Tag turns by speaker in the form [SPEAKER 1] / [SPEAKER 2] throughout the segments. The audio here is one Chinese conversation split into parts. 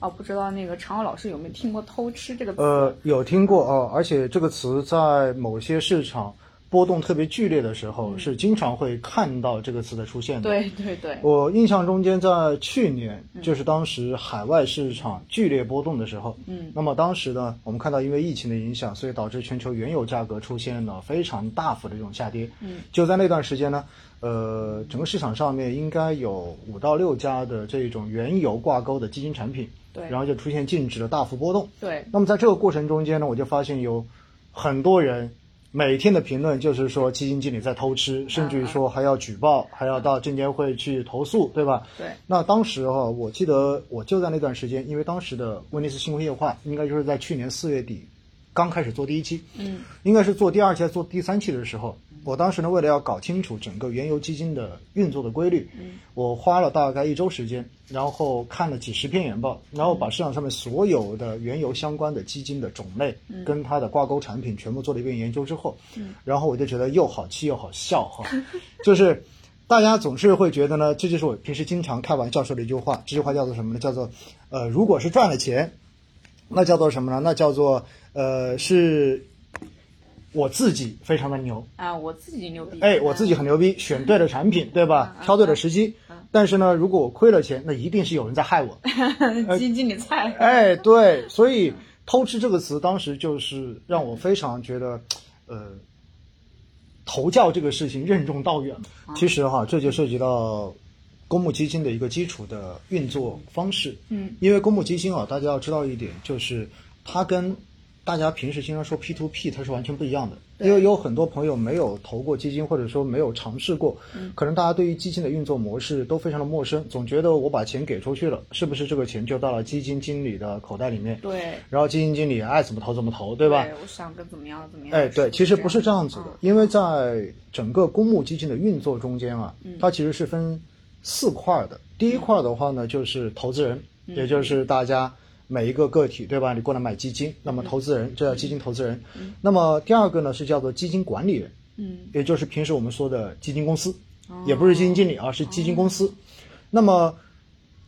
[SPEAKER 1] 啊，不知道那个常浩老师有没有听过“偷吃”这个词？
[SPEAKER 2] 呃，有听过哦，而且这个词在某些市场波动特别剧烈的时候，是经常会看到这个词的出现
[SPEAKER 1] 嗯
[SPEAKER 2] 的。
[SPEAKER 1] 对嗯对对，
[SPEAKER 2] 我印象中间，在去年就是当时海外市场剧烈波动的时候，
[SPEAKER 1] 嗯，
[SPEAKER 2] 那么当时呢，我们看到因为疫情的影响，所以导致全球原油价格出现了非常大幅的这种下跌，
[SPEAKER 1] 嗯，
[SPEAKER 2] 就在那段时间呢，呃，整个市场上面应该有五到六家的这种原油挂钩的基金产品，
[SPEAKER 1] 对
[SPEAKER 2] 然后就出现净值的大幅波动，
[SPEAKER 1] 对
[SPEAKER 2] 那么在这个过程中间呢，我就发现有很多人每天的评论就是说基金经理在偷吃，甚至于说还要举报，还要到证监会去投诉，对吧？
[SPEAKER 1] 对，
[SPEAKER 2] 那当时哈、我记得我就在那段时间，因为当时的威尼斯新闻夜话应该就是在去年四月底刚开始做第一期，
[SPEAKER 1] 嗯，
[SPEAKER 2] 应该是做第二期、做第三期的时候，我当时呢为了要搞清楚整个原油基金的运作的规律，我花了大概一周时间，然后看了几十篇研报，然后把市场上面所有的原油相关的基金的种类跟它的挂钩产品全部做了一遍研究之后，然后我就觉得又好气又好笑哈， 就是。大家总是会觉得呢，这就是我平时经常开玩笑说的一句话。这句话叫做什么呢？叫做，呃，如果是赚了钱，那叫做什么呢？那叫做呃，是我自己非常的牛，
[SPEAKER 1] 啊，我自己牛逼，
[SPEAKER 2] 哎，我自己很牛逼，选对了产品，对吧？挑对了时机。但是呢，如果我亏了钱，那一定是有人在害我。
[SPEAKER 1] 嗯
[SPEAKER 2] 呃
[SPEAKER 1] 基金经理菜，
[SPEAKER 2] 哎，对，所以“偷吃”这个词，当时就是让我非常觉得，呃，投教这个事情任重道远。其实哈，这就涉及到公募基金的一个基础的运作方式。
[SPEAKER 1] 嗯，
[SPEAKER 2] 因为公募基金啊，大家要知道一点，就是它跟大家平时经常说 P to P，它是完全不一样的。因为有很多朋友没有投过基金，或者说没有尝试过，可能大家对于基金的运作模式都非常的陌生，总觉得我把钱给出去了，是不是这个钱就到了基金经理的口袋里面？
[SPEAKER 1] 对，
[SPEAKER 2] 然后基金经理爱怎么投怎么投，对吧？
[SPEAKER 1] 我想跟怎么样怎么样。啊
[SPEAKER 2] 哎，对，其实不是这
[SPEAKER 1] 这
[SPEAKER 2] 样子的，啊因为在整个公募基金的运作中间啊，它其实是分四块儿的。第一块儿的话呢，就是投资人，也就是大家每一个个体，对吧？你过来买基金，那么投资人，这叫基金投资人。那么第二个呢，是叫做基金管理人，
[SPEAKER 1] 嗯，
[SPEAKER 2] 也就是平时我们说的基金公司，也不是基金经理啊，是基金公司。那么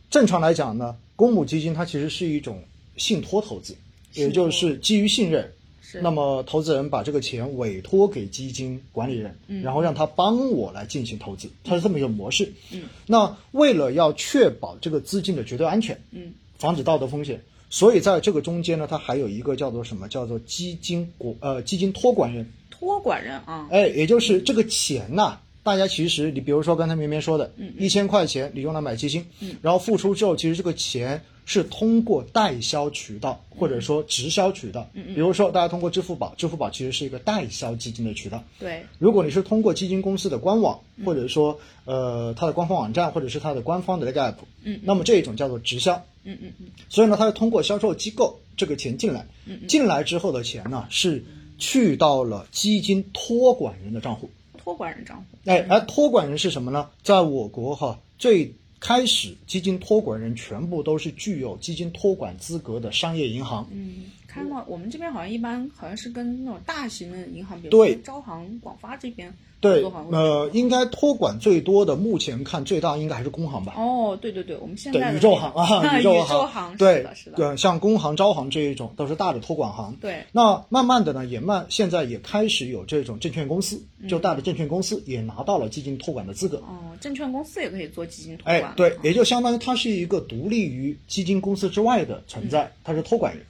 [SPEAKER 2] 正常来讲呢，公募基金它其实是一种信托投资，也就是基于信任。
[SPEAKER 1] 是
[SPEAKER 2] 那么投资人把这个钱委托给基金管理人，然后让他帮我来进行投资，它是这么一个模式。嗯，那为了要确保这个资金的绝对安全，
[SPEAKER 1] 嗯，
[SPEAKER 2] 防止道德风险，所以在这个中间呢，它还有一个叫做什么？叫做基金管呃基金托管人。
[SPEAKER 1] 托管人啊，
[SPEAKER 2] 哎，也就是这个钱呐、大家其实你比如说刚才绵绵说的，
[SPEAKER 1] 嗯
[SPEAKER 2] 一千块钱你用来买基金，然后付出之后，其实这个钱是通过代销渠道
[SPEAKER 1] 嗯
[SPEAKER 2] 或者说直销渠道，比如说大家通过支付宝，支付宝其实是一个代销基金的渠道。
[SPEAKER 1] 对，
[SPEAKER 2] 如果你是通过基金公司的官网，
[SPEAKER 1] 嗯
[SPEAKER 2] 或者说呃它的官方网站，或者是它的官方的那个 app，
[SPEAKER 1] 嗯，
[SPEAKER 2] 那么这一种叫做直销，
[SPEAKER 1] 嗯嗯嗯，
[SPEAKER 2] 所以呢，它是通过销售机构这个钱进来，进来之后的钱呢是去到了基金托管人的账户。
[SPEAKER 1] 托管人账户，
[SPEAKER 2] 哎，而托管人是什么呢？在我国哈，最开始基金托管人全部都是具有基金托管资格的商业银行。
[SPEAKER 1] 嗯，看到我们这边好像一般好像是跟那种大型的银行，比如
[SPEAKER 2] 对
[SPEAKER 1] 说招行、广发这边合
[SPEAKER 2] 对
[SPEAKER 1] 作好，像会
[SPEAKER 2] 呃，应该托管最多的，目前看最大应该还是工 行吧。
[SPEAKER 1] 哦，对对对，我们现在的
[SPEAKER 2] 对，宇宙行啊，
[SPEAKER 1] 那个
[SPEAKER 2] 宙
[SPEAKER 1] 宇
[SPEAKER 2] 行，
[SPEAKER 1] 行，是
[SPEAKER 2] 对
[SPEAKER 1] 的，是的，
[SPEAKER 2] 对，像工行、招行这一种都是大的托管行。
[SPEAKER 1] 对，
[SPEAKER 2] 那慢慢的呢，也慢，现在也开始有这种证券公司，就大的证券公司也拿到了基金托管的资格。
[SPEAKER 1] 哦，证券公司也可以做基金托管
[SPEAKER 2] 哎，，对，也就相当于它是一个独立于基金公司之外的存在，它是托管人。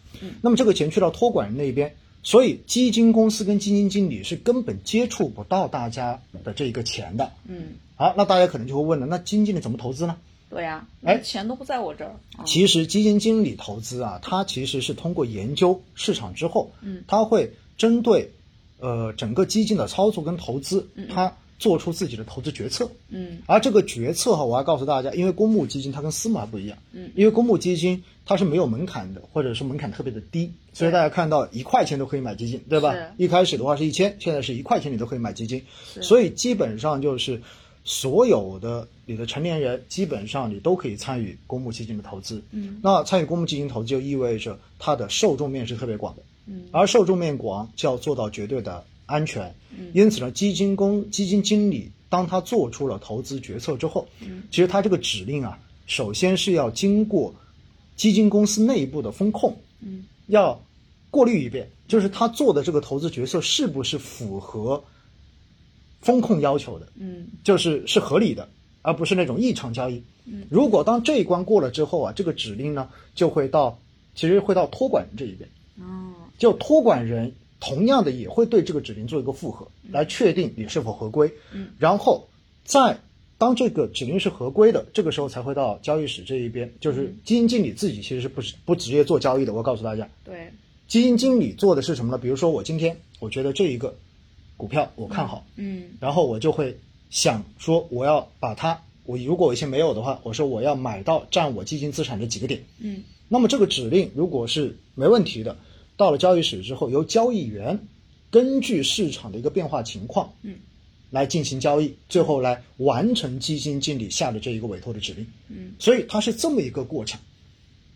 [SPEAKER 2] 那么这个钱去到托管人那边，所以基金公司跟基金经理是根本接触不到大家的这个钱的。
[SPEAKER 1] 嗯，
[SPEAKER 2] 好，那大家可能就会问了，那基金经理怎么投资呢？
[SPEAKER 1] 对呀，
[SPEAKER 2] 哎
[SPEAKER 1] 那钱都不在我这儿，啊
[SPEAKER 2] 其实基金经理投资啊，他其实是通过研究市场之后，嗯，他会针对呃整个基金的操作跟投资，他做出自己的投资决策。
[SPEAKER 1] 嗯，
[SPEAKER 2] 而这个决策哈，我要告诉大家，因为公募基金它跟私募还不一样，
[SPEAKER 1] 嗯，
[SPEAKER 2] 因为公募基金它是没有门槛的，或者是门槛特别的低，所以大家看到一块钱都可以买基金，对吧
[SPEAKER 1] 是？
[SPEAKER 2] 一开始的话是一千，现在是一块钱你都可以买基金，所以基本上就是所有的你的成年人，基本上你都可以参与公募基金的投资。嗯，那参与公募基金投资就意味着它的受众面是特别广的。嗯，而受众面广就要做到绝对的安全。嗯，因此呢，基金公基金经理当他做出了投资决策之后，嗯，其实他这个指令啊，首先是要经过基金公司内部的风控
[SPEAKER 1] 嗯
[SPEAKER 2] 要过滤一遍，就是他做的这个投资决策是不是符合风控要求的，
[SPEAKER 1] 嗯
[SPEAKER 2] 就是是合理的，而不是那种异常交易。
[SPEAKER 1] 嗯
[SPEAKER 2] 如果当这一关过了之后啊，这个指令呢就会到，其实会到托管人这一边，
[SPEAKER 1] 哦
[SPEAKER 2] 就托管人同样的也会对这个指令做一个复核，来确定你是否合规。
[SPEAKER 1] 嗯，
[SPEAKER 2] 然后在当这个指令是合规的，这个时候才会到交易室这一边。就是基金经理自己其实是不是不直接做交易的，我告诉大家，
[SPEAKER 1] 对，
[SPEAKER 2] 基金经理做的是什么呢？比如说我今天我觉得这一个股票我看好，
[SPEAKER 1] 嗯
[SPEAKER 2] 然后我就会想说我要把它，我如果我以前没有的话，我说我要买到占我基金资产的几个点。
[SPEAKER 1] 嗯
[SPEAKER 2] 那么这个指令如果是没问题的，到了交易室之后，由交易员根据市场的一个变化情况
[SPEAKER 1] 嗯
[SPEAKER 2] 来进行交易，最后来完成基金经理下的这一个委托的指令。
[SPEAKER 1] 嗯
[SPEAKER 2] 所以它是这么一个过程，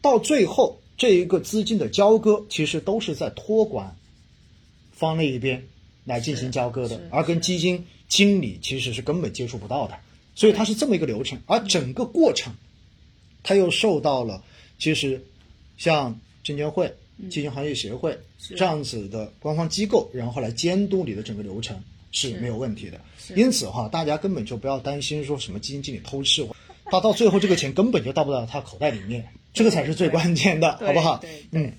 [SPEAKER 2] 到最后这一个资金的交割，其实都是在托管方那一边来进行交割的
[SPEAKER 1] 是是，
[SPEAKER 2] 而跟基金经理其实是根本接触不到的，所以它是这么一个流程，而整个过程，它又受到了其实像证监会、基金行业协会
[SPEAKER 1] 嗯是
[SPEAKER 2] 这样子的官方机构，然后来监督你的整个流程是没有问题的。
[SPEAKER 1] 是
[SPEAKER 2] 因此哈，大家根本就不要担心说什么基金经理偷 吃，他到最后这个钱根本就到不到他口袋里面，这个才是最关键的，
[SPEAKER 1] 对
[SPEAKER 2] 好不好
[SPEAKER 1] 对？对
[SPEAKER 2] 嗯，